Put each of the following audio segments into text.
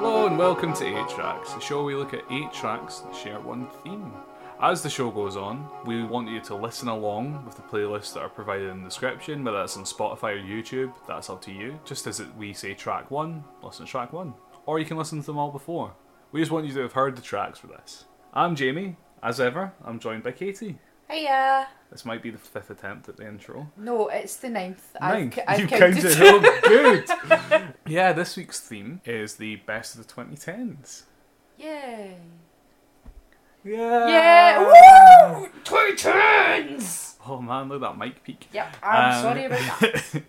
welcome to 8 Tracks, the show we look at 8 tracks that share one theme. As the show goes on, we want you to listen along with the playlists that are provided in the description, whether that's on Spotify or YouTube, that's up to you. Just as it- we say track 1, listen to track 1. Or you can listen to them all before. We just want you to have heard the tracks for this. I'm Jamie, as ever, I'm joined by Katie. Hiya. This might be the fifth attempt at the intro. No, it's the ninth. Ninth. I've, you I've counted. counted. Oh, good. yeah, this week's theme is the best of the 2010s. Yay. Yeah. Uh, Yeah. Woo! Two turns. Oh man, look at that mic peak. Yep. I'm Um, sorry about that.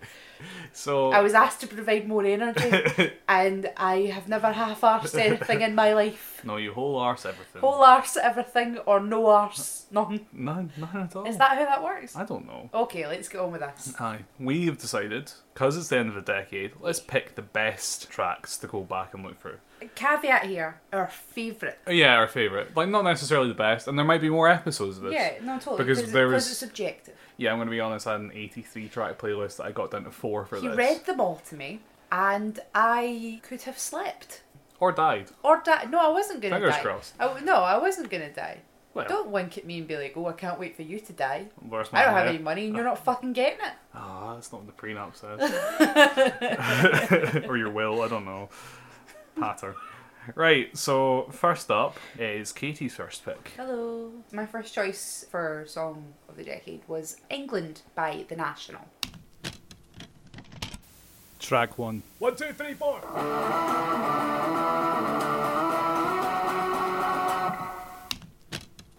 So I was asked to provide more energy, and I have never half-arsed anything in my life. no, you whole arse everything. Whole arse everything or no arse none. none, none at all. Is that how that works? I don't know. Okay, let's get on with this. Aye, we've decided because it's the end of the decade. Let's pick the best tracks to go back and look through. Uh, Caveat here: our favourite. Yeah, our favorite. Like not necessarily the best, and there might be more episodes of this. Yeah, no, totally. Because Because, there it, was- because it's subjective. Yeah, I'm gonna be honest. I had an 83 track playlist that I got down to four for He this, read them all to me, and I could have slept. or died. Or die? No, I wasn't gonna Fingers die. crossed. I, no, I wasn't gonna die. Well, Don't wink at me and be like, "Oh, I can't wait for you to die." where's my I don't have head? any money, and you're not fucking getting it. Ah, that's not what the prenup says. or your will, I don't know. Patter. Right, so first up is Katie's first pick. Hello. My first choice for song of the decade was "England" by The National. Track one. One, two, three, four.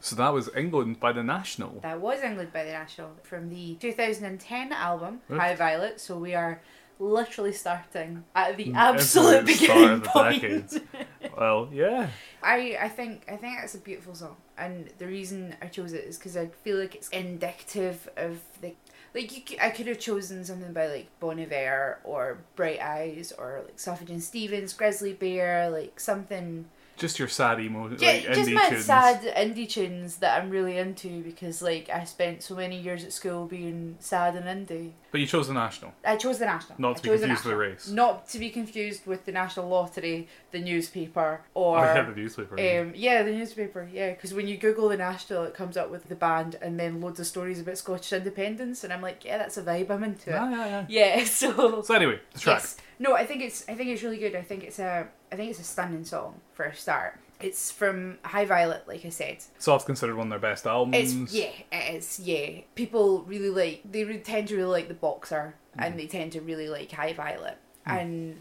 So that was England by the National. That was "England" by The National from the 2010 album Oops. High Violet. So we are literally starting at the Absolute absolute beginning start Mm, of the point. Well, yeah. I, I think I think that's a beautiful song, and the reason I chose it is because I feel like it's indicative of the like you c I I could have chosen something by like Bon Iver or Bright Eyes or like Suffrage and Stevens, Grizzly Bear, like something Just your sad emo, Ju- like just indie my tunes. sad indie tunes that I'm really into because like I spent so many years at school being sad and indie. But you chose the National. I chose the national. Not to I be chose the confused with the National. race. Not to be confused with the national lottery, the newspaper, Oh, or yeah, the newspaper. um, yeah, the newspaper. Yeah, because when you Google the National, it comes up with the band and then loads of stories about Scottish independence, and I'm like, yeah, that's a vibe. I'm into Ah, it. yeah, yeah. Yeah, so So anyway, the track. yes, no, I think it's I think it's really good. I think it's a I think it's a stunning song for a start. It's from High Violet, like I said. It's often considered one of their best albums. It's yeah, it is yeah. People really like they re- tend to really like the boxer, Mm. and they tend to really like High Violet, and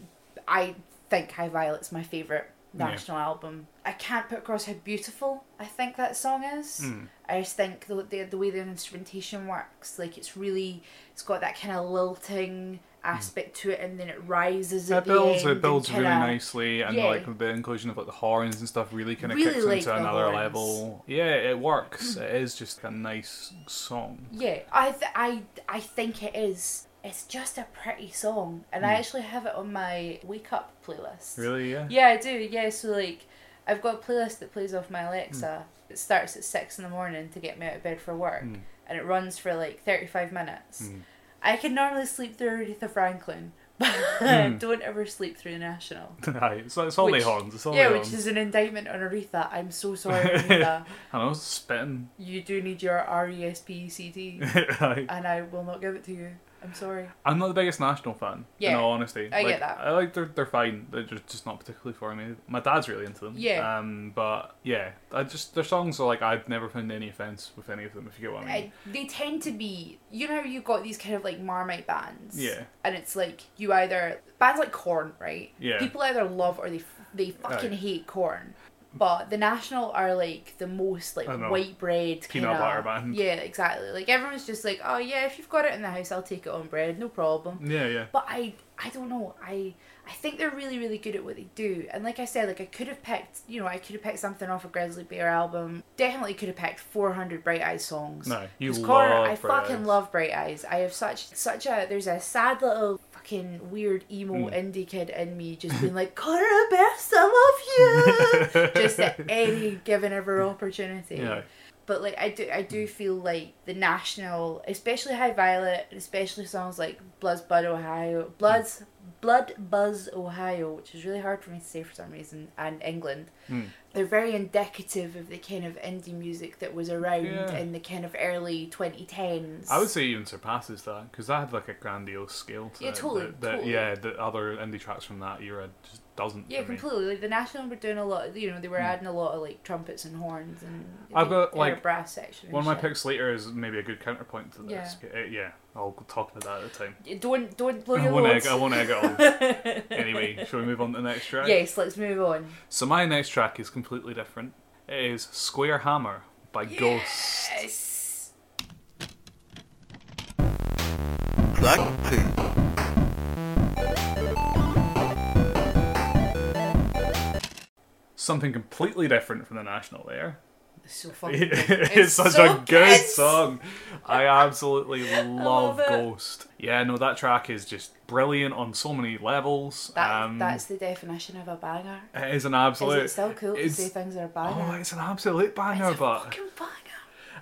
I think High Violet's my favorite Yeah. national album. I can't put across how beautiful I think that song is. Mm. I just think the, the the way the instrumentation works, like it's really it's got that kind of lilting aspect to it, and then it rises. Mm. It at builds. the end It builds and really kinda- nicely, and yeah. like the inclusion of like the horns and stuff really kind of Really kicks like into the another horns. Mm. level. Yeah, it works. it is just a nice song. Yeah, I th- I I think it is. It's just a pretty song, and I actually have it on my wake up playlist. Really, yeah. Yeah, I do. Yeah, so like, I've got a playlist that plays off my Alexa. It starts at six in the morning to get me out of bed for Hmm. work, and it runs for like thirty five minutes. Mm, I can normally sleep through Aretha Franklin, but I don't ever sleep through National. mm. Aye, it's, it's all Which- the horns. It's all yeah, the which horns. is an indictment on Aretha. I'm so sorry, Aretha. I know, spitting. you do need your R E S P E C T, Aye. and I will not give it to you. I'm sorry. I'm not the biggest National fan. In Yeah, all honesty, I like, get that. I like they're they're fine. They're just, just not particularly for me. My dad's really into them. Yeah. Um, but yeah, I just their songs are like I've never found any offense with any of them. If you get what I mean. I, they tend to be you know you've got these kind of like marmite bands Yeah. and it's like you either bands like corn right Yeah. people either love or they f- they fucking Aye. hate corn but the national are like the most like I know. white bread Peanut kinda- butter band. yeah exactly like everyone's just like oh yeah if you've got it in the house i'll take it on bread no problem yeah, yeah. but I I don't know I I think they're really really good at what they do and like I said like I could have picked you know I could have picked something off a Grizzly Bear album definitely could have picked 400 Bright Eyes songs No, you 'Cause Connor, love I Bright fucking Eyes. love Bright Eyes I have such such a there's a sad little fucking weird emo Hmm. indie kid in me just being like Connor I best I love you just at any given ever opportunity Yeah. Hmm. but like I do, I do feel like the national, especially High Violet, and especially songs like Bloods Blood Ohio, Bloods Blood Buzz Ohio, which is really hard for me to say for some reason, and England. Hmm. They're very indicative of the kind of indie music that was around Yeah. in the kind of early 2010s. I would say even surpasses that because that had like a grandiose scale. To Yeah, it totally, that- that- totally. Yeah, the other indie tracks from that era just doesn't. Yeah, for me. completely. Like the National were doing a lot. Of, you know, they were Mm. adding a lot of like trumpets and horns and. I've they got, had a like, brass section. and One of my shit. picks later is maybe a good counterpoint to this. Yeah, yeah I'll talk about that at the time. You Don't don't blow I your won't load. egg. I won't egg it all. anyway, shall we move on to the next track? Yes, let's move on. So my next track is completely different. It is Square Hammer by Ghost. Yes. Blackpink. Something completely different from the National there. So fucking. good. it's, such so a good good. song. I absolutely love, love it. Ghost. Yeah, no, that track is just brilliant on so many levels. That, um, that's the definition of a banger. it is an Is absolute. it still cool to it's- say things are a Oh, banger? it's an absolute banger, it's a but fucking banger.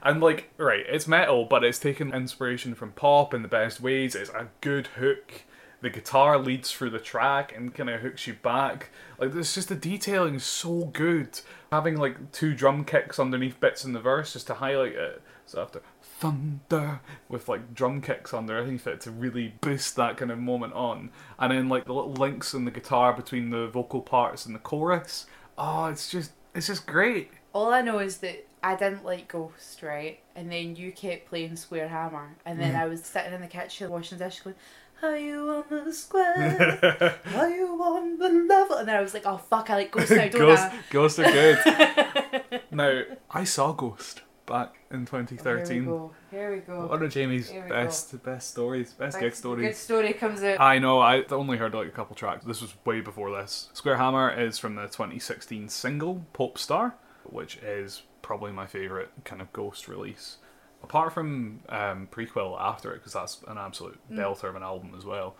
And like, right, it's metal, but it's taken inspiration from pop in the best ways. It's a good hook. The guitar leads through the track and kind of hooks you back. Like, it's just the detailing is so good. Having like two drum kicks underneath bits in the verse just to highlight it. So after thunder with like drum kicks underneath it to really boost that kind of moment on. And then like the little links in the guitar between the vocal parts and the chorus. Oh, it's just it's just great. All I know is that I didn't like Ghost, right? And then you kept playing Square Hammer, and Mm-hmm. then I was sitting in the kitchen washing the dish, going, "Are you on the square? Are you on the level?" And then I was like, "Oh fuck, I like Ghost now, don't Ghost, I?" Ghost are good. now, I saw Ghost back in 2013. Here we go. Here we go. One of Jamie's Here we best best stories, best Like, gig Ah, stories. Good story comes out. I know, I only heard like a couple tracks. This was way before this. Square Hammer is from the 2016 single Pop Star, which is probably my favourite kind of Ghost release. Apart from um, Prequel after it, because that's an absolute Mm. belter of an album as well.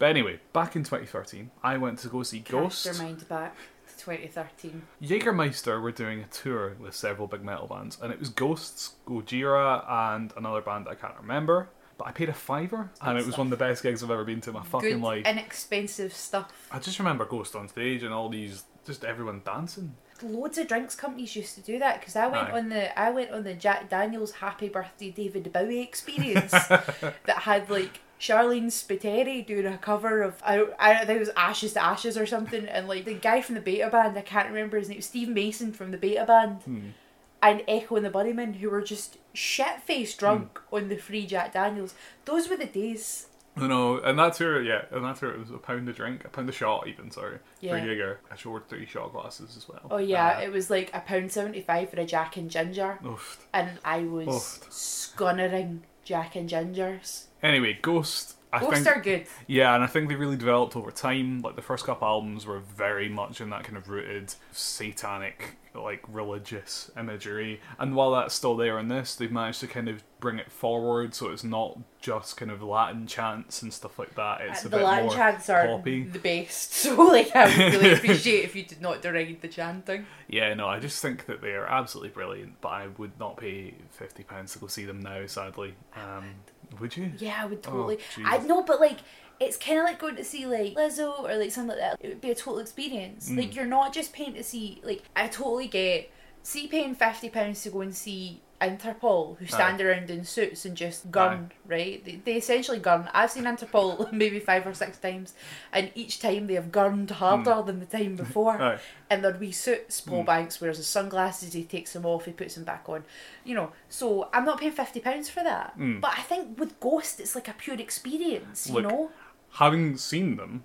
But anyway, back in 2013, I went to go see Ghost. Cast your mind back to 2013. Jägermeister were doing a tour with several big metal bands, and it was Ghosts, Gojira, and another band I can't remember. But I paid a fiver, and it was one of the best gigs I've ever been to in my fucking Good, life. inexpensive stuff. I just remember Ghost on stage and all these, just everyone dancing. Loads of drinks companies used to do that because I went Aye. on the I went on the Jack Daniel's Happy Birthday David Bowie experience that had like Charlene Spiteri doing a cover of I don't, I don't think it was Ashes to Ashes or something, and like the guy from the Beta Band I can't remember his name Steve Mason from the Beta Band. And Echo and the Bunnymen, who were just shit faced drunk Hmm. on the free Jack Daniels. Those were the days. You know, and that's where, yeah, and that's where it was a pound a drink, a pound a shot, even, sorry, for Yeah. Jaeger. I showed three shot glasses as well. Oh yeah, Uh, it was like a pound seventy five for a Jack and Ginger, oof. and I was Oof. scunnering Jack and Gingers. Anyway, Ghost. I Ghosts think, are good. Yeah, and I think they really developed over time. Like the first couple albums were very much in that kind of rooted satanic, like religious imagery. And while that's still there in this, they've managed to kind of bring it forward, so it's not just kind of Latin chants and stuff like that. It's a Uh, the bit Latin more chants are poppy. the best, so like I would really appreciate if you did not deride the chanting. Yeah, no, I just think that they are absolutely brilliant. But I would not pay fifty pounds to go see them now. Sadly, um, would you? Yeah, I would Oh, totally. jeez. I know, but like. It's kind of like going to see like Lizzo or like something like that. It would be a total Mm. experience. Like you're not just paying to see. Like I totally get. See paying fifty pounds to go and see Interpol, who stand around in suits and just gun, right? They, they essentially gun. I've seen Interpol maybe five or six times, and each time they have gunned harder than the time before. Hmm. Aye. Hmm. And their wee suits. Paul Banks wears his sunglasses, he takes them off, he puts them back on. You know, so I'm not paying £50 for that. But I think with Ghost, it's like a pure experience, you Hmm. Look, know? Having seen them,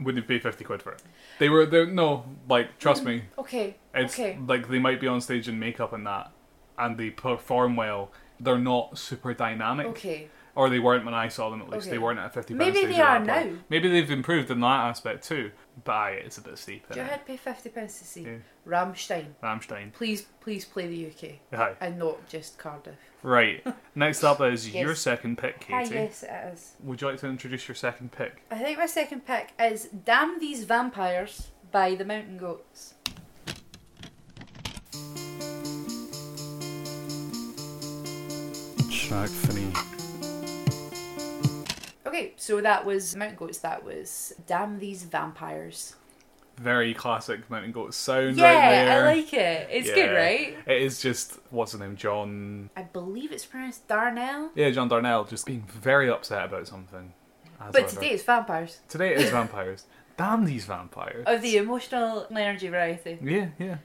would you pay fifty quid for it? They were they no like Mm. trust me. Okay, It's okay. like they might be on stage in makeup and that, and they perform well. They're not super dynamic. Okay. Or they weren't when I saw them. At least they Okay. weren't at a fifty. Maybe stage they at are that point. now. Maybe they've improved in that aspect too. But aye, it's a bit steep. Do you innit? know who'd pay £50 to see? Yeah. Rammstein. Rammstein. Please, please play the UK Aye. and not just Cardiff. Right. Next up is Yes. your second pick, Ah, Katie. yes, it is. Would you like to introduce your second pick? I think my second pick is Damn These Vampires by the Mountain Goats. Track three. Okay, so that was Mountain Goats. That was Damn These Vampires. Very classic Mountain Goat sound right yeah, there. I like it. It's good, Yeah. right? It is just what's his name, John. I believe it's pronounced Darnell. Yeah, John Darnell, just being very upset about something. as But ever. today it's vampires. today it is vampires. Damn these vampires. Of the emotional energy variety. yeah, yeah.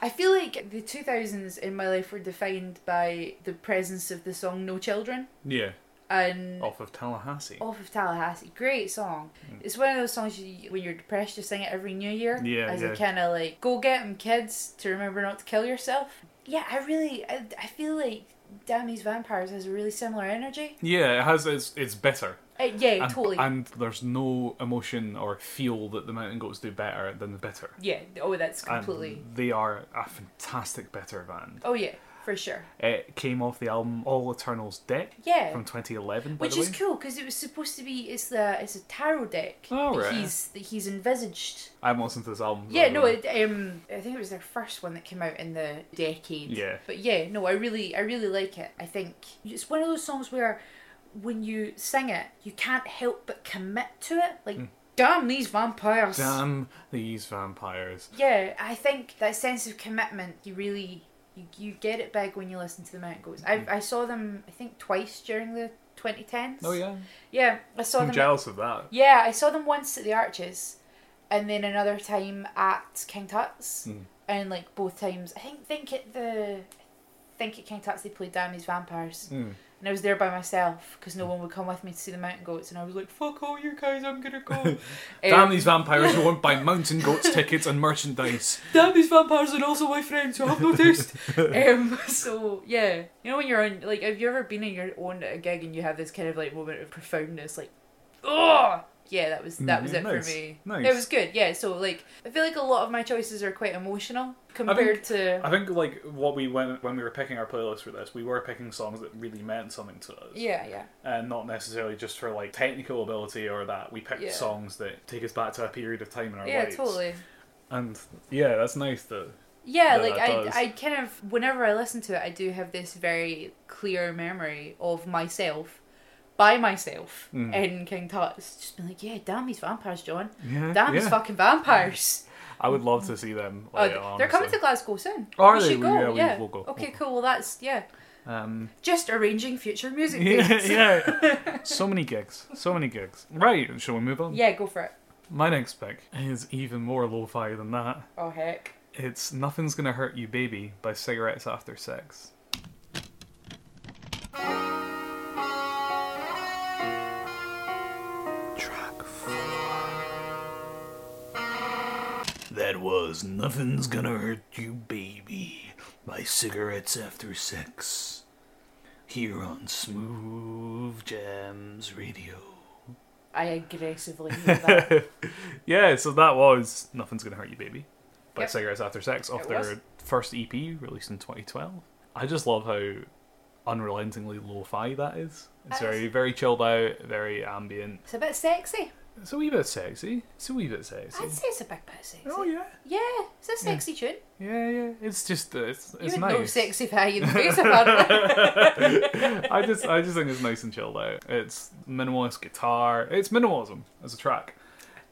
I feel like the 2000s in my life were defined by the presence of the song No Children Yeah, and off of Tallahassee. off of Tallahassee. Great song. Hmm. It's one of those songs you, when you're depressed, you sing it every New Year. Yeah, as yeah. a kind of like go get 'em kids to remember not to kill yourself. Yeah, I really, I, I feel like Damn These Vampires has a really similar energy. Yeah, it has. It's, it's bitter. Uh, yeah, And, totally. and there's no emotion or feel that the Mountain Goats do better than the bitter. yeah. Oh, that's completely. And they are a fantastic bitter band. Oh yeah, for sure. It came off the album All Eternal's Deck Yeah. from 2011, by Which the is way. cool because it was supposed to be it's the it's a tarot deck Oh, that right. he's that he's envisaged. I haven't listened to this album. by Yeah, the no, way. it, um, I think it was their first one that came out in the decade. Yeah. But yeah, no, I really, I really like it. I think it's one of those songs where, when you sing it, you can't help but commit to it. Like, damn these vampires. Hmm. Damn these vampires. Yeah, I think that sense of commitment, you really, you, you get it big when you listen to the Mountain Goats. Hmm. I, I saw them, I think, twice during the 2010s. Oh, yeah. Yeah, I saw I'm them. jealous of that. Yeah, I saw them once at the Arches, and then another time at King Tut's, Mm. and like both times, I think think at the, I think at King Tut's they played Danny's Vampires, Mm. and I was there by myself because no one would come with me to see the Mountain Goats, and I was like, "Fuck all you guys, I'm gonna go." Um, Damn these vampires, you won't buy Mountain Goats tickets and merchandise. damn these vampires, and also my friends who have no taste. um, so yeah, you know when you're on, like, have you ever been in your own at a gig and you have this kind of like moment of profoundness, like, oh. Yeah, that was that was Mm, it nice, for me. nice. It was good, yeah. So like, I feel like a lot of my choices are quite emotional compared to I think, like, what we went when we were picking our playlist for this, we were picking songs that really meant something to us. yeah, yeah, And not necessarily just for, like, technical ability or that. We picked Yeah. songs that take us back to a period of time in our yeah, lives. totally. And, yeah, that's nice that. Yeah, Yeah, like that I, does. I kind of whenever I listen to it, I do have this very clear memory of myself by myself Mm. in King Tut's, just being like, yeah, damn these vampires, John, Yeah. damn these fucking vampires. I would love to see them. Oh, Like, th- honestly. they're coming to Glasgow soon. Are we they? Should We- go. yeah, Yeah, we- we'll go, Okay, we'll go. cool. Well, that's yeah. Um, Just arranging future music yeah, dates. yeah. So many gigs. So many gigs. Right, shall we move on? Yeah, go for it. My next pick is even more lo fi than that. Oh heck. It's Nothing's Gonna Hurt You Baby by Cigarettes After Sex. Track 4. That was Nothing's Gonna Hurt You Baby by Cigarettes After Sex. Here on Smooth Jams Radio. I aggressively knew that. yeah, so that was Nothing's Gonna Hurt You Baby by Yep. Cigarettes After Sex off It their was. first EP released in 2012. I just love how unrelentingly lo fi that is. It's That very, very chilled out, very ambient. it's a bit sexy. It's a wee bit sexy. It's a wee bit sexy. I'd say it's a big bit sexy. Oh, yeah. Yeah, it's a sexy tune. Yeah, yeah. It's just, uh, it's, You it's would nice. know sexy pie in the face apparently. I just, I just think it's nice and chilled out. It's minimalist guitar. It's minimalism as a track.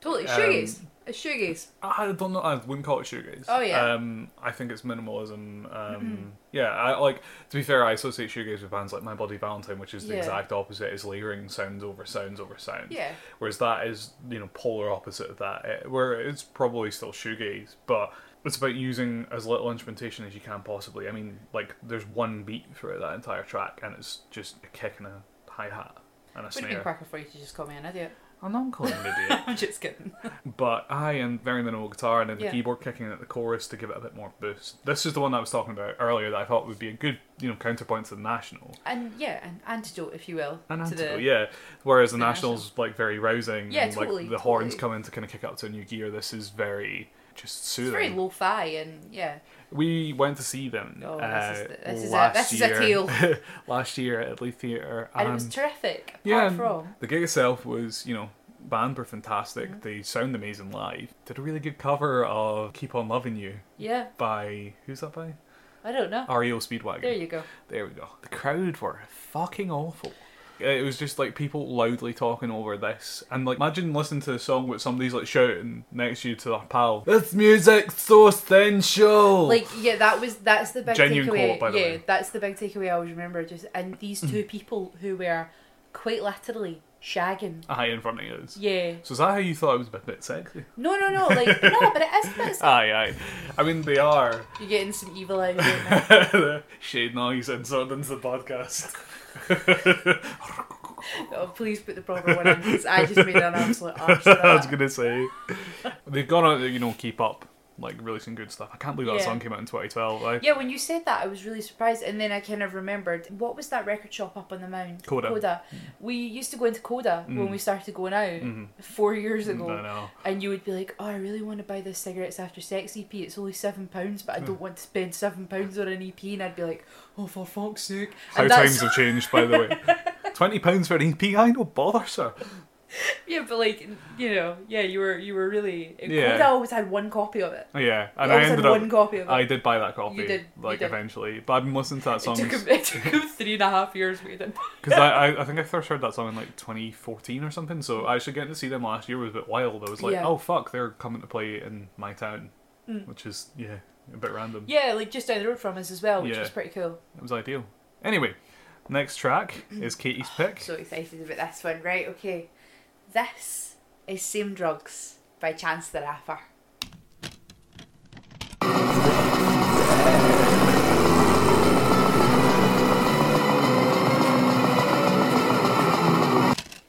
totally Um, shoegaze. A shoegaze. I don't know. I wouldn't call it shoegaze. Oh, yeah. Mm-hmm. Um, I think it's minimalism. Um, Yeah, I like. To be fair, I associate shoegaze with bands like My Bloody Valentine, which is the Yeah. exact opposite. It's layering sounds over sounds over sounds. Yeah. Whereas that is, you know, polar opposite of that. It, where it's probably still shoegaze, but it's about using as little instrumentation as you can possibly. I mean, like there's one beat throughout that entire track, and it's just a kick and a hi hat and a Would have been snare. quicker for you to just call me an idiot. I'm not calling an idiot I'm just kidding. but I am very minimal guitar and then the Yeah. keyboard kicking at the chorus to give it a bit more boost. This is the one that I was talking about earlier that I thought would be a good, you know, counterpoint to the National. And yeah, an antidote, if you will. And to Antidote, the, yeah. Whereas the the National's like very rousing Yeah, and like totally, the horns totally. come in to kind of kick up to a new gear. This is very just It's soothing. very lo-fi and yeah. we went to see them Oh, uh, this is the- this is a- last this is a year. tale. last year at Lee Theatre. And it was and- terrific. Apart Um, yeah, um, and from the gig itself was, you know, band were fantastic. Mm-hmm. They sound amazing live. Did a really good cover of "Keep on Loving You" yeah, by who's that by? I don't know. REO Speedwagon. There you go. There we go. The crowd were fucking awful. It was just like people loudly talking over this, and like imagine listening to the song with somebody's like shouting next to you to their pal. This music's so sensual. Like yeah, that was that's the big oh. Genuine takeaway. quote, by the yeah, way. Mm. that's the big takeaway I always remember. Just and these two people who were quite literally shagging. high in front of you. Yeah. So is that how you thought it was a bit, bit sexy? No, no, no. Like no, but it is. But it's, Aye, aye. I mean, they are. you get instant evil eyes. don't you? the shade noise inserted into the podcast. Oh, please put the proper one in. 'cause I just made an absolute arse. of I was that. gonna say they've got to you know keep up, like releasing good stuff. I can't believe that Yeah. song came out in 2012. Like, Yeah, when you said that, I was really surprised, and then I kind of remembered what was that record shop up on the mound? Coda. Mm. Coda. We used to go into Coda when we started going out Mm-hmm. four years I ago, know. and you would be like, "Oh, I really want to buy this cigarettes after sex EP. It's only seven pounds, but I Mm. don't want to spend seven pounds on an EP." And I'd be like, "Oh, for fuck's sake!" How and times have changed, by the way. Twenty pounds for an EP, I no bother, sir. yeah, but like you know, yeah, you were you were really Yeah. Coda always had one copy of it. Oh, Yeah, and I always had ended up. one copy of it. I did buy that copy, You did, you like did. eventually. But I've been listening to that It song took, him, it took him three and a half years. but he did. because I, I, I think I first heard that song in like 2014 or something. So actually getting to see them last year was a bit wild. I was like, Yeah. oh fuck, they're coming to play in my town, Mm. which is yeah, a bit random. Yeah, like just down the road from us as well, which Yeah. was pretty cool. It was ideal. Anyway, next track is Katie's pick. So excited about this one, right? Okay, this is "Same Drugs" by Chance the Rapper.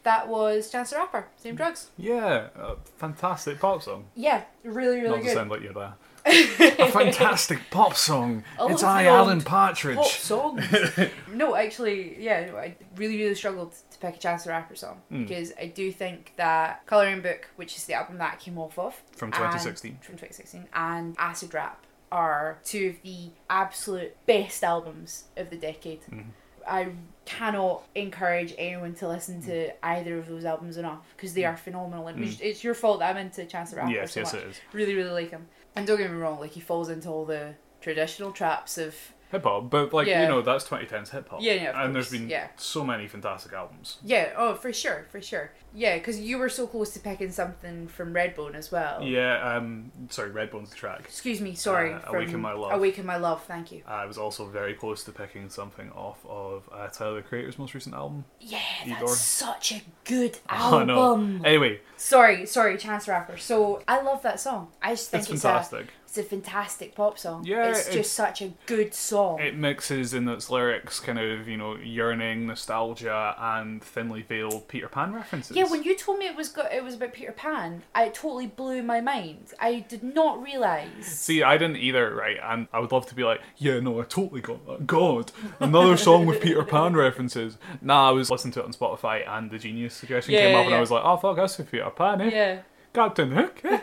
That was Chance the Rapper, "Same Drugs." yeah, a fantastic pop song. Yeah, really, really Not to good. sound like you're there. a fantastic pop song. Oh, I it's love I, the old Alan Partridge. Pop songs. no, actually, yeah, no, I really, really struggled to pick a Chance the Rapper song Mm. because I do think that Colouring Book, which is the album that came off of From and- 2016. from 2016, and Acid Rap are two of the absolute best albums of the decade. Mm-hmm. I cannot encourage anyone to listen to Mm. either of those albums enough because they are phenomenal. And it's- it's your fault that I'm into Chance the Rapper Yes, so yes, much. it is. Really, really like him. And don't get me wrong, like he falls into all the traditional traps of Hip hop, but like Yeah. you know, that's 2010s hip hop. Yeah, yeah, of and course, there's been yeah. so many fantastic albums. Yeah, oh, for sure, for sure. Yeah, because you were so close to picking something from Redbone as well. Yeah, um, sorry, Redbone's track. Excuse me, sorry. Uh, from Awaken My Love. Awaken My Love, thank you. I was also very close to picking something off of uh, Tyler the Creator's most recent album. Yeah, You that's darn- such a good Oh, no. album. Anyway, Sorry, sorry, Chance the Rapper. So, I love that song. I just think it's it's, A, fantastic. it's a fantastic pop song. Yeah, It's it's- just such a good song. It mixes in its lyrics kind of, you know, yearning, nostalgia, and thinly veiled Peter Pan references. Yeah, when you told me it was go- it was about Peter Pan, I it totally blew my mind. I did not realize. See, I didn't either, right? And I would love to be like, yeah, no, I totally got that. God, another song with Peter Pan references. Nah, I was listening to it on Spotify and the Genius suggestion Yeah, came yeah, up and I yeah. was like, oh, fuck, that's with Peter Pan, eh? Yeah. Captain Hook, eh?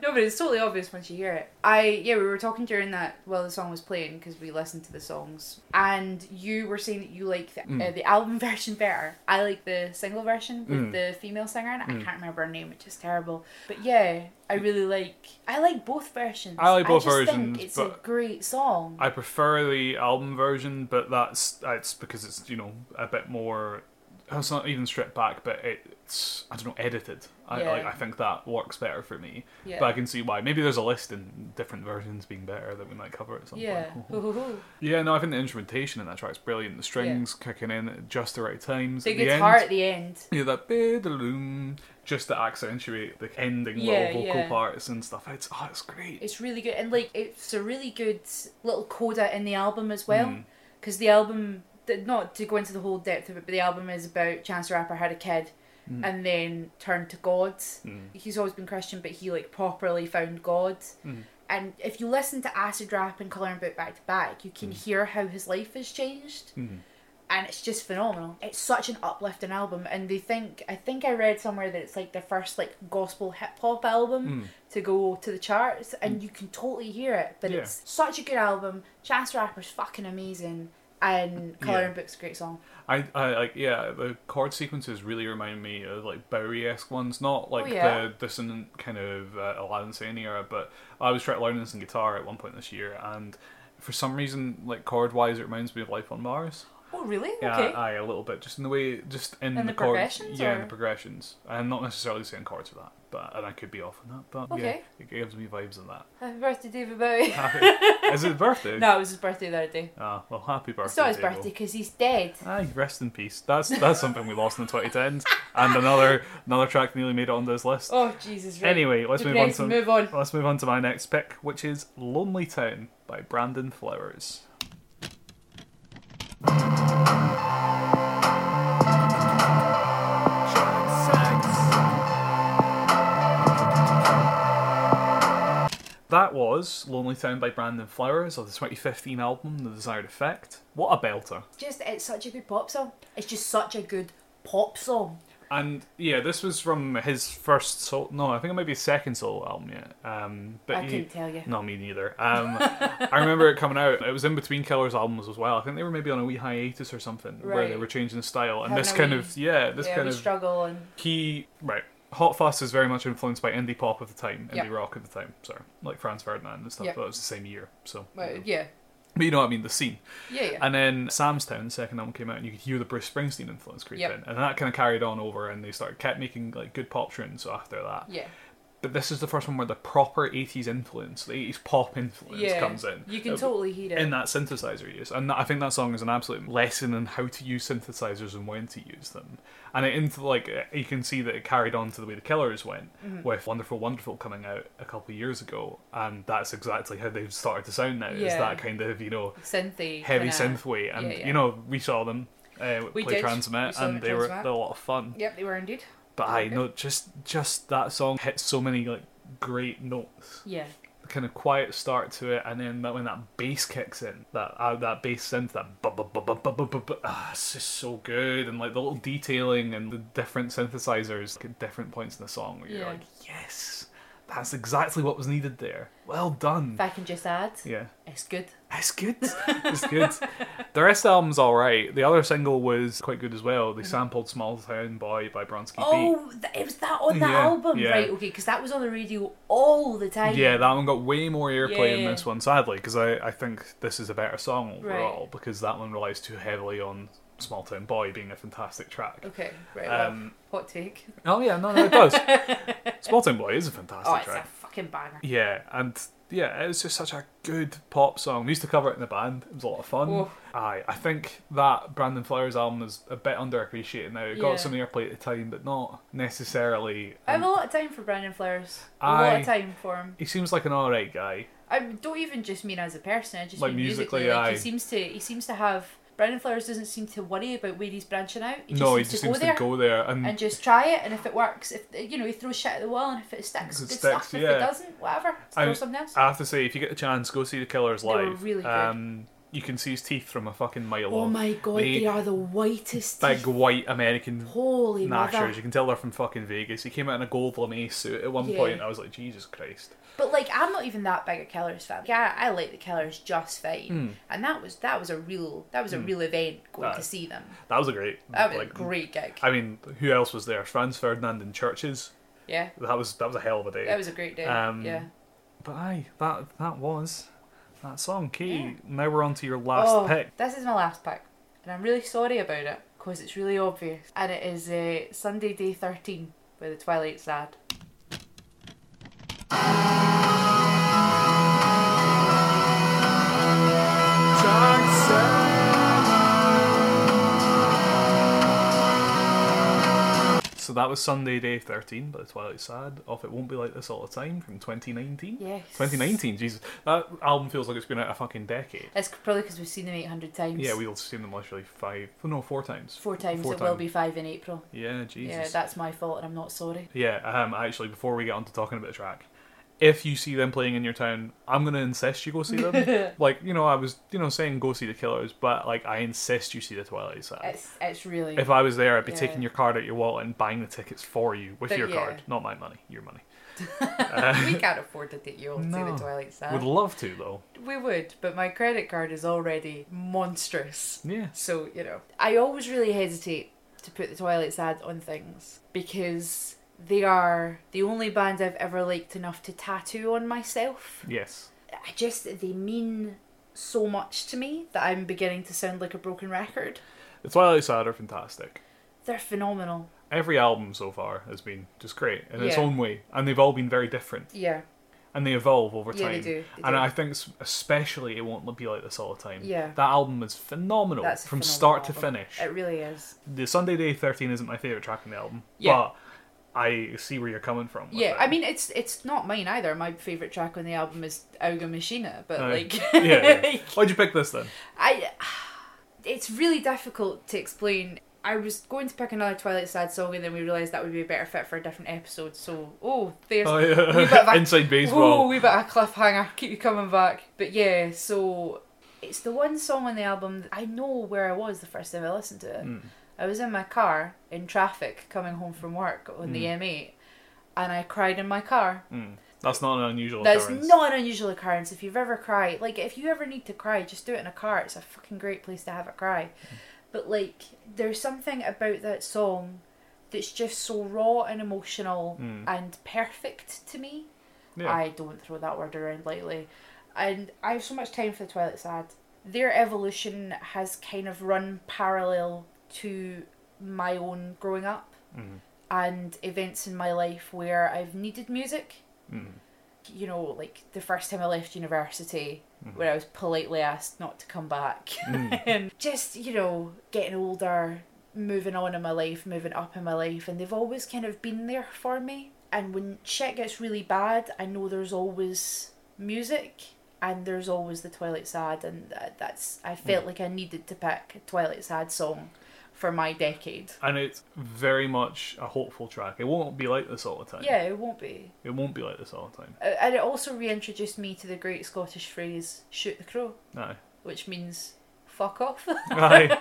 No, but it's totally obvious once you hear it. I yeah, we were talking during that while the song was playing because we listened to the songs, and you were saying that you like the, uh, the album version better. I like the single version with Mm. the female singer, and I can't remember her name, which is terrible. But yeah, I really like. I like both versions. I like both just versions, Think it's a but- great song. I prefer the album version, but that's that's because it's you know a bit more. It's not even stripped back, but it's I don't know edited. I Yeah. like I think that works better for me. yeah. But I can see why. Maybe there's a list in different versions being better that we might cover at some yeah. point. Hoo-hoo-hoo. yeah, no, I think the instrumentation in that track's brilliant. The strings kicking in at just the right times. The at guitar end. at the end. Yeah, that bidaloom, just to accentuate the ending Yeah, little vocal yeah. parts and stuff. It's oh, it's great. It's really good, and like it's a really good little coda in the album as well, because the album, th- not to go into the whole depth of it, but the album is about Chance the Rapper had a kid, and then turned to God. Mm. He's always been Christian, but he like properly found God. And if you listen to Acid Rap and Coloring Book back to back, you can hear how his life has changed. Mm-hmm. And it's just phenomenal. It's such an uplifting album, and they think I think I read somewhere that it's like the first like gospel hip hop Hmm. album to go to the charts, and you can totally hear it. But Yeah. it's such a good album. Chance the Rapper's fucking amazing, and Coloring Yeah. Book's a great song. I, I like yeah the chord sequences really remind me of like Bowie-esque ones not like Oh, yeah. the dissonant kind of uh, Aladdin Sane era but I was trying to learn this in guitar at one point this year and for some reason like chord wise it reminds me of Life on Mars Oh, really? Yeah, uh, okay. aye, a little bit. Just in the way, just in, In the chord- progressions, Yeah, in or- the progressions. I'm not necessarily saying chords for that, but and I could be off on that. But Okay. yeah, it gives me vibes of that. Happy birthday, David Bowie. Happy, is it birthday? no, it was his birthday the other day. Ah, well, happy birthday. It's not his Davo. birthday because he's dead. Aye, rest in peace. That's that's something we lost in the 2010s, and another another track nearly made it onto this list. Oh Jesus! Right. Anyway, let's move on Depressed, to move on. let's move on to my next pick, which is "Lonely Town" by Brandon Flowers. That was Lonely Town by Brandon Flowers of the 2015 album The Desired Effect. What a belter. Just it's such a good pop song. It's just such a good pop song. And yeah, this was from his first solo. No, I think it might be his second solo album yet. Um, but I he- couldn't tell you. No, me neither. Um, I remember it coming out. It was in between Killer's albums as well. I think they were maybe on a wee hiatus or something where they Right. were changing style. And Having this a kind wee- of yeah, this yeah, kind we of struggle and he right. Hot Fuss is very much influenced by indie pop of the time, indie Yeah. rock of the time. Sorry, like Franz Ferdinand and stuff. Yeah. But it was the same year, so. well, yeah, But you know what I mean, the scene. yeah, yeah. And then Sam's Town, the second album came out, and you could hear the Bruce Springsteen influence creep Yep. in, and that kind of carried on over, and they started kept making like good pop tunes after that. yeah, But this is the first one where the proper '80s influence, the '80s pop influence, yeah. comes in. You can Uh, totally hear it. in that synthesizer use, and I think that song is an absolute lesson in how to use synthesizers and when to use them. And it into like uh, you can see that it carried on to the way the Killers went Mm-hmm. with "Wonderful Wonderful" coming out a couple of years ago, and that's exactly how they've started to sound now. Is Yeah. that kind of you know Synthy, heavy kinda- synthwave, and yeah, yeah. you know we saw them uh, We play did. We Transmit, saw them and at they were Transmit. they're a lot of fun. Yep, they were indeed. But I Okay. know just just that song hits so many like great notes, Yeah, kind of quiet start to it, and then that when that bass kicks in, that uh, that bass synth, that bu- bu- bu- bu- bu- bu- bu- bu- ah, it's just so good, and like the little detailing and the different synthesizers like, at different points in the song, where you're Yeah. like, yes, that's exactly what was needed there. Well done. if I can just add, yeah. it's good. It's good. It's good. the rest of the album's alright. The other single was quite good as well. They sampled Small Town Boy by Bronsky Beat. Mm-hmm. Oh, th- it was that on that Yeah, album, yeah. right? Okay, because that was on the radio all the time. Yeah, that one got way more airplay than Yeah. this one, sadly, because I, I think this is a better song overall, Right. because that one relies too heavily on Small Town Boy being a fantastic track. Okay, right. Um, well, hot take. Oh, yeah, no, no, it does. Small Town Boy is a fantastic Oh, it's track. a fucking banger. Yeah, and yeah, it was just such a good pop song. We used to cover it in the band. It was a lot of fun. Oh. Aye, I think that Brandon Flowers album is a bit underappreciated now. It Yeah. got some airplay at the time, but not necessarily. I have Um, a lot of time for Brandon Flowers. A lot I- of time for him. he seems like an alright guy. I don't even just mean as a person. I just Like mean musically. musically, like aye. he seems to, he seems to have. Brandon Flowers doesn't seem to worry about where he's branching out. He just no, he seems just to go seems there to go there, and, and just try it. And if it works, if you know, he throws shit at the wall, and if it sticks, If it good sticks, stuff. If yeah. it doesn't, whatever, I- throw something else. I have to say, if you get the chance, go see the Killers They were live. really good. Um, you can see his teeth from a fucking mile oh off. my god, they- they, are the whitest. Big teeth. white American Holy mother. gnashers. You can tell they're from fucking Vegas. He came out in a gold lame suit at one Yeah. point. I was like, Jesus Christ. But like, I'm not even that big a Killers fan. Like, I, I like the Killers just fine, and that was that was a real that was a real event going Hmm. That- to see them. That was a great. That was like, a great gig. I mean, who else was there? Franz Ferdinand and Churches. yeah, That was that was a hell of a day. that was a great day. Um, yeah. But aye, that that was that song. Katie, now we're on to your last Oh. pick. This is my last pick, and I'm really sorry about it because it's really obvious, and it is uh, Sunday Day 13 by the Twilight Sad. So that was Sunday, day 13 by The Twilight Sad off It Won't Be Like This All the Time from 2019. Yes. 2019, Jesus. That album feels like it's been out a fucking decade. It's probably because we've seen them 800 times. Yeah, we've seen them literally five, oh, no, four times. four times. four it will times. be five in April. Yeah, Jesus. Yeah, that's my fault, and I'm not sorry. Yeah, um, actually, before we get on to talking about the track, if you see them playing in your town, I'm gonna insist you go see them. like, you know, I was, you know, saying go see the Killers, but like, I insist you see the Twilight Sad. It's it's really if I was there, I'd be Yeah. taking your card out your wallet and buying the tickets for you with But your yeah. card, not my money, your money. we can't afford to take you all to see uh, No. the Twilight Would Sad. love to though. we would, but my credit card is already monstrous. Yeah. So, you know, I always really hesitate to put the Twilight Sad on things because they are the only band I've ever liked enough to tattoo on myself. Yes. I just, they mean so much to me that I'm beginning to sound like a broken record. The Twilight Sad are fantastic. They're phenomenal. Every album so far has been just great in its Yeah. own way, and they've all been very different, Yeah, and they evolve over Yeah, time. they do, they and do. I think, s- especially, it won't be like this all the time. Yeah. that album is phenomenal that's a from phenomenal start to album. finish. It really is. the Sunday Day Thirteen isn't my favorite track on the album, Yeah. but I see where you're coming from. with Yeah, it. I mean it's it's not mine either. My favorite track on the album is Auga Machina, but No. like yeah, yeah. Why'd you pick this then? I it's really difficult to explain. I was going to pick another Twilight Sad song and then we realised that would be a better fit for a different episode. So oh, there's Oh, wee bit of yeah. a- Inside Whoa, baseball. we got a cliffhanger. Keep you coming back. But yeah, so it's the one song on the album that I know where I was the first time I listened to it. Mm, I was in my car in traffic coming home from work on the M8 and I cried in my car. Mm. That's not an unusual That's occurrence. not an unusual occurrence. If you've ever cried, like if you ever need to cry, just do it in a car. It's a fucking great place to have a cry. But like there's something about that song that's just so raw and emotional Mm. and perfect to me. yeah. I don't throw that word around lightly. And I have so much time for the Twilight Sad. Their evolution has kind of run parallel to my own growing up Mhm. and events in my life where I've needed music. Mm. You know, like the first time I left university, where I was politely asked not to come back. mm. and just, you know, getting older, moving on in my life, moving up in my life, and they've always kind of been there for me. And when shit gets really bad, I know there's always music and there's always the Twilight Sad, and that- that's I felt like I needed to pick a Twilight Sad song for my decade. And it's very much a hopeful track. It won't be like this all the time. Yeah, it won't be. It won't be like this all the time. Uh, And it also reintroduced me to the great Scottish phrase "shoot the crow," No. which means "fuck off." Aye.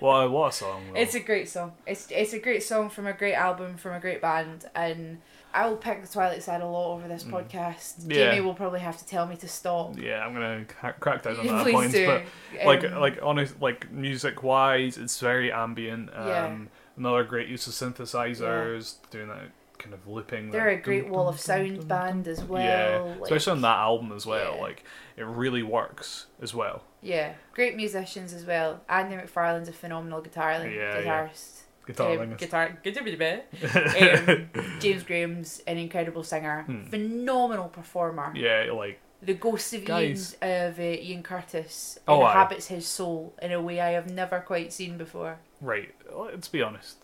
what, what a song. Though. It's a great song. It's it's a great song from a great album from a great band, and I will pick the Twilight Side a lot over this podcast. Mm. Yeah. Jamie will probably have to tell me to stop. yeah, I'm gonna ca- crack down on that Please point. do. But like, Um, like honest, like music wise, it's very ambient. Um, Yeah. Another great use of synthesizers, doing that kind of looping. they're a that great dun, wall dun, of dun, sound dun, band as well. yeah, like- especially on that album as well. Yeah. Like it really works as well. yeah, great musicians as well. Andy McFarlane's a phenomenal guitar Yeah, yeah. guitarist. Guitar um, um, guitar, guitar, um, James Graham's an incredible singer, Hmm. phenomenal performer. Yeah, like The Ghost of Guys. Ian of uh, Ian Curtis Oh, aye. inhabits his soul in a way I have never quite seen before. right. Let's be honest.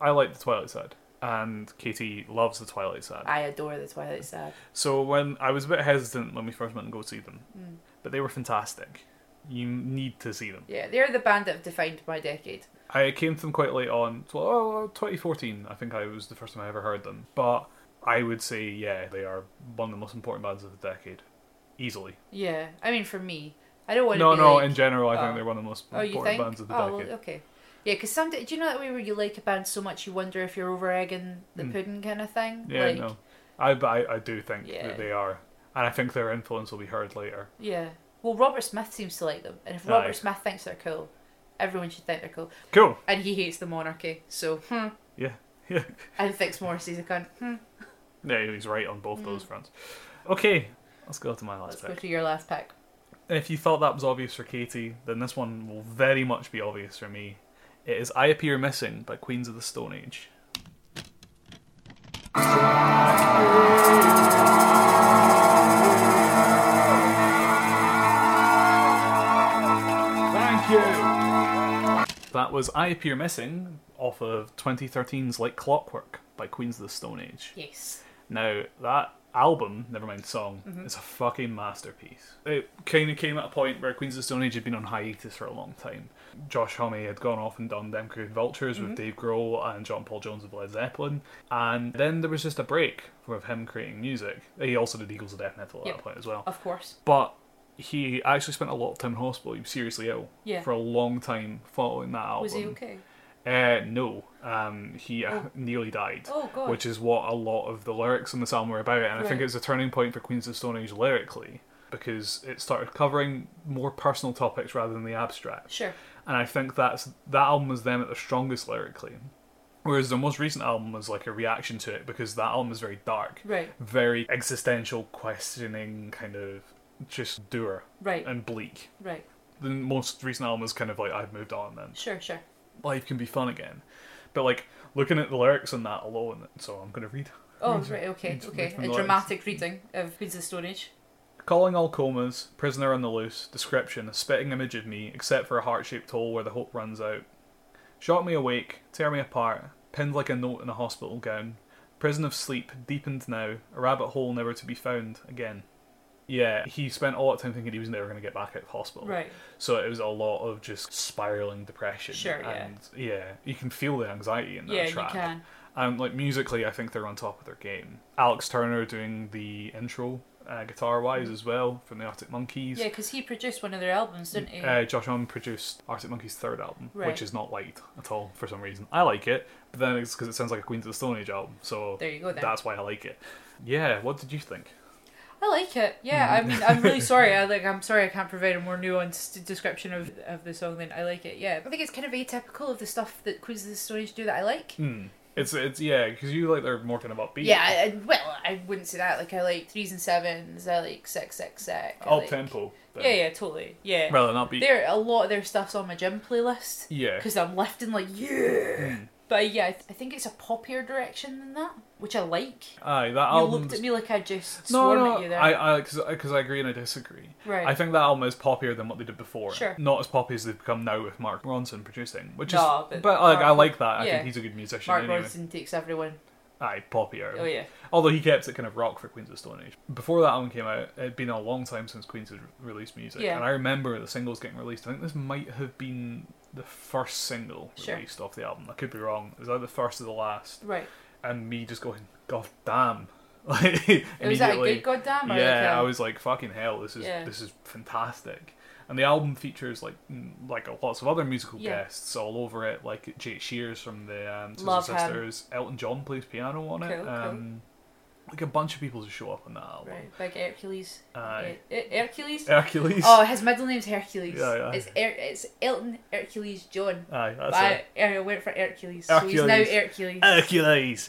I like the Twilight Side, and Katie loves the Twilight Side. I adore the Twilight Sad. So when I was a bit hesitant when we first went and go see them, Mm. but they were fantastic. You need to see them. Yeah, they're the band that have defined my decade. I came to them quite late on. So, oh, 2014, I think I was the first time I ever heard them. But I would say, yeah, they are one of the most important bands of the decade, easily. Yeah, I mean for me, I don't want to No, be no, like, in general, I think oh. they're one of the most oh, you important think? bands of the oh, well, decade. okay. Yeah, because some do you know that way where you like a band so much you wonder if you're over egging the Mm. pudding kind of thing. yeah, like, no, I, but I, I do think Yeah. that they are, and I think their influence will be heard later. Yeah. Well, Robert Smith seems to like them, and if Aye. Robert Smith thinks they're cool, everyone should think they're cool. Cool. And he hates the monarchy, so hmm. Yeah, yeah. And thinks Morrissey's a cunt. Hmm. Yeah, he's right on both those fronts. Okay, let's go to my last Let's pick. go to your Mm-hmm. last pick. And if you thought that was obvious for Katie, then this one will very much be obvious for me. It is I Appear Missing by Queens of the Stone Age. Thank you! That was I Appear Missing off of 2013's Like Clockwork by Queens of the Stone Age. Yes. Now that album, never mind song, Mm-hmm. is a fucking masterpiece. It kind of came at a point where Queens of the Stone Age had been on hiatus for a long time. Josh Homme had gone off and done Them Crooked Vultures Mm-hmm. with Dave Grohl and John Paul Jones with Led Zeppelin, and then there was just a break with him creating music. He also did Eagles of Death Metal at Yep. that point as well. Of course. But he actually spent a lot of time in hospital. He was seriously ill Yeah. for a long time following that album. Was he okay? Uh, no, um, he uh, Oh. nearly died Oh god. which is what a lot of the lyrics on this album were about, and I think Right. it was a turning point for Queens of the Stone Age lyrically because it started covering more personal topics rather than the abstract. Sure. And I think that's that album was them at their strongest lyrically, whereas their most recent album was like a reaction to it because that album is very dark, Right. very existential questioning kind of just dour Right. and bleak. right. The most recent album is kind of like I've moved on and Sure. Sure. life can be fun again. But like looking at the lyrics on that alone, so I'm gonna read. Oh, Read- right. Okay. read- read Okay. from A the lyrics. dramatic reading of Queens of the Stone Age. Calling all comas, prisoner on the loose, description, a spitting image of me, except for a heart shaped hole where the hope runs out. Shot me awake, tear me apart, pinned like a note in a hospital gown. Prison of sleep, deepened now, a rabbit hole never to be found again. Yeah, he spent a lot of time thinking he was never going to get back out of hospital. Right. So it was a lot of just spiraling depression. Sure, yeah. and yeah. you can feel the anxiety in that Yeah, track. you can. Um, like musically, I think they're on top of their game. Alex Turner doing the intro, uh, guitar wise as well from the Arctic Monkeys. Mm. Yeah, because he produced one of their albums, didn't he? Uh, Josh Homme produced Arctic Monkeys' third album, Right. which is not liked at all for some reason. I like it, but then it's because it sounds like a Queens of the Stone Age album, so there you go. Then that's why I like it. Yeah, what did you think? I like it. Yeah, Mm. I mean, I'm really sorry. I like. I'm sorry. I can't provide a more nuanced description of of the song than I like it. Yeah, I think it's kind of atypical of the stuff that Queens of the Stone Age do that I like. Hmm. It's it's yeah, because you like they're more kind of upbeat. Yeah, I, I- well, I wouldn't say that. Like, I like threes and sevens. I like six, six, six. I up like- tempo. Oh, then. Yeah, yeah, totally. Yeah, Rather than upbeat. there a lot of their stuff's on my gym playlist Yeah. because I'm lifting like yeah. Mm. But yeah, I, th- I think it's a poppier direction than that, which I like. Aye, that You album. looked at me like I just No, swore no, at you there. I, I, because I agree and I disagree. right. I think that album is poppier than what they did before. Sure. Not as poppy as they've become now with Mark Ronson producing, which No, is. but But, like, I Mark- like that. I yeah. think he's a good musician. Mark anyway. Ronson takes everyone. Aye, poppier. Oh yeah. Although he kept it kind of rock for Queens of the Stone Age. Before that album came out, it'd been a long time since Queens had re- released music. Yeah. And I remember the singles getting released. I think this might have been the first single Sure. released off the album. I could be wrong. It was either the first or the last. Right. And me just going, God damn. Like, immediately. Was that a good goddamn? Or yeah, like a- I was like, fucking hell, this is Yeah. this is fantastic. And the album features like mm, like lots of other musical Yeah. guests all over it, like Jake Shears from the um, Sisters Love and him. Sisters. Elton John plays piano on it. Cool, cool. um, Like a bunch of people just show up on that album. Right. Big Hercules. Aye. Yeah. Her- Hercules. Hercules. Oh, his middle name's Hercules. Yeah, yeah. It's er- it's Elton Hercules John. Aye, that's I, it. Uh, I went for Hercules, so he's now Hercules. Hercules.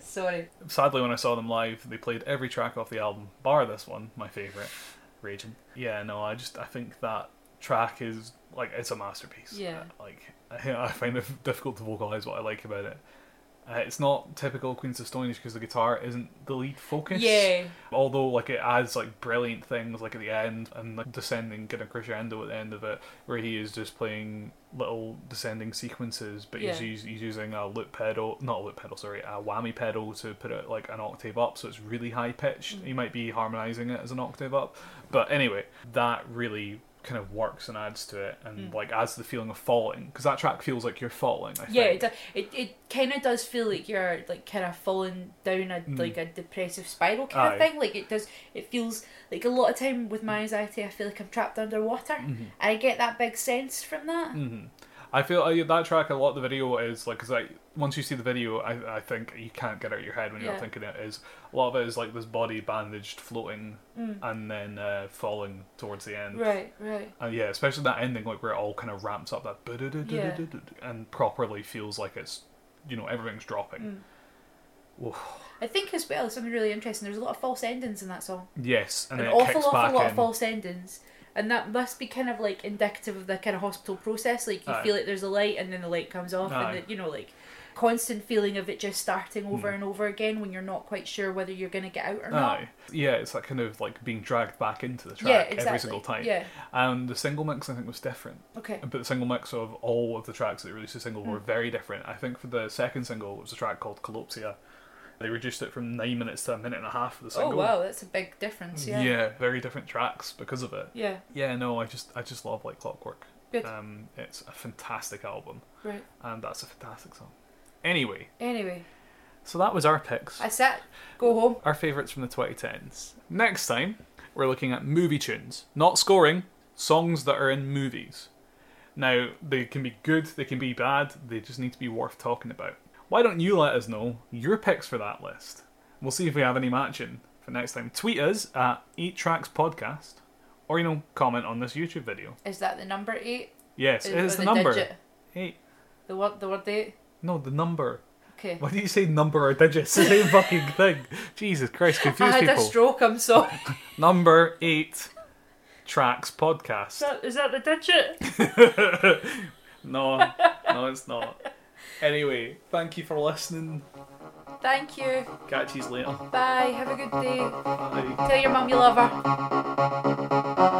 Sorry. Sadly, when I saw them live, they played every track off the album, bar this one, my favorite, Raging. Yeah, no, I just I think that track is like it's a masterpiece. Yeah. Uh, Like I, I find it difficult to vocalize what I like about it. Uh, it's not typical Queens of Stone Age because the guitar isn't the lead focus. Yeah. Although like it adds like brilliant things like at the end and like descending kind of crescendo at the end of it where he is just playing little descending sequences but he's, Yeah. us- he's using a loop pedal not a loop pedal sorry a whammy pedal to put it like an octave up so it's really high pitched Mm. he might be harmonizing it as an octave up but anyway that really kind of works and adds to it and Mm. like adds to the feeling of falling because that track feels like you're falling I Yeah, think. it, do- it, it kind of does feel like you're like kind of falling down a Mm. like a depressive spiral kind Aye. of thing. Like it does, it feels like a lot of time with my anxiety, I feel like I'm trapped underwater. Mhm. I get that big sense from that. hmm I feel uh, that track a lot. of The video is like because I once you see the video, I, I think you can't get it out of your head when you're Yeah. thinking it is a lot of it is like this body bandaged floating Mm. and then uh, falling towards the end. Right, right. And yeah, especially that ending like where it all kind of ramps up that "bu-du-du-du-du-du-du," and properly feels like it's you know everything's dropping. Mm. Woof. I think as well something really interesting. There's a lot of false endings in that song. Yes, and An then it awful, kicks awful back lot in. of false endings. And that must be kind of like indicative of the kind of hospital process. Like you Aye. feel like there's a light and then the light comes off, Aye. and the, you know, like constant feeling of it just starting over Mm. and over again when you're not quite sure whether you're going to get out or not. Aye. Yeah, it's that kind of like being dragged back into the track yeah, exactly. every single time. Yeah. And the single mix I think was different. Okay. But the single mix of all of the tracks that released the single were Mm. very different. I think for the second single, it was a track called Colopsia. They reduced it from nine minutes to a minute and a half for the Oh single. wow, that's a big difference. Yeah. very different tracks because of it. Yeah. Yeah, no, I just I just love like Clockwork. Good. Um, it's a fantastic album, Right. and that's a fantastic song. Anyway, Anyway, so that was our picks, I sat. Go home. our favorites from the 2010s. Next time, we're looking at movie tunes, not scoring, songs that are in movies. Now, they can be good, they can be bad, they just need to be worth talking about. Why don't you let us know your picks for that list? We'll see if we have any matching for next time. Tweet us at 8 Tracks Podcast, or you know, comment on this YouTube video. Is that the number eight? Yes, it or is the number. Digit? Eight. The word. The word eight. No, the number. Okay. Why did you say number or digits? It's the same fucking thing. Jesus Christ, I confuse had people. a stroke. I'm sorry. number eight tracks podcast. Is that- Is that the digit? no, no, it's not. Anyway, thank you for listening. Thank you. Catch you later. Bye. Have a good day. Bye. Tell your mum you love her.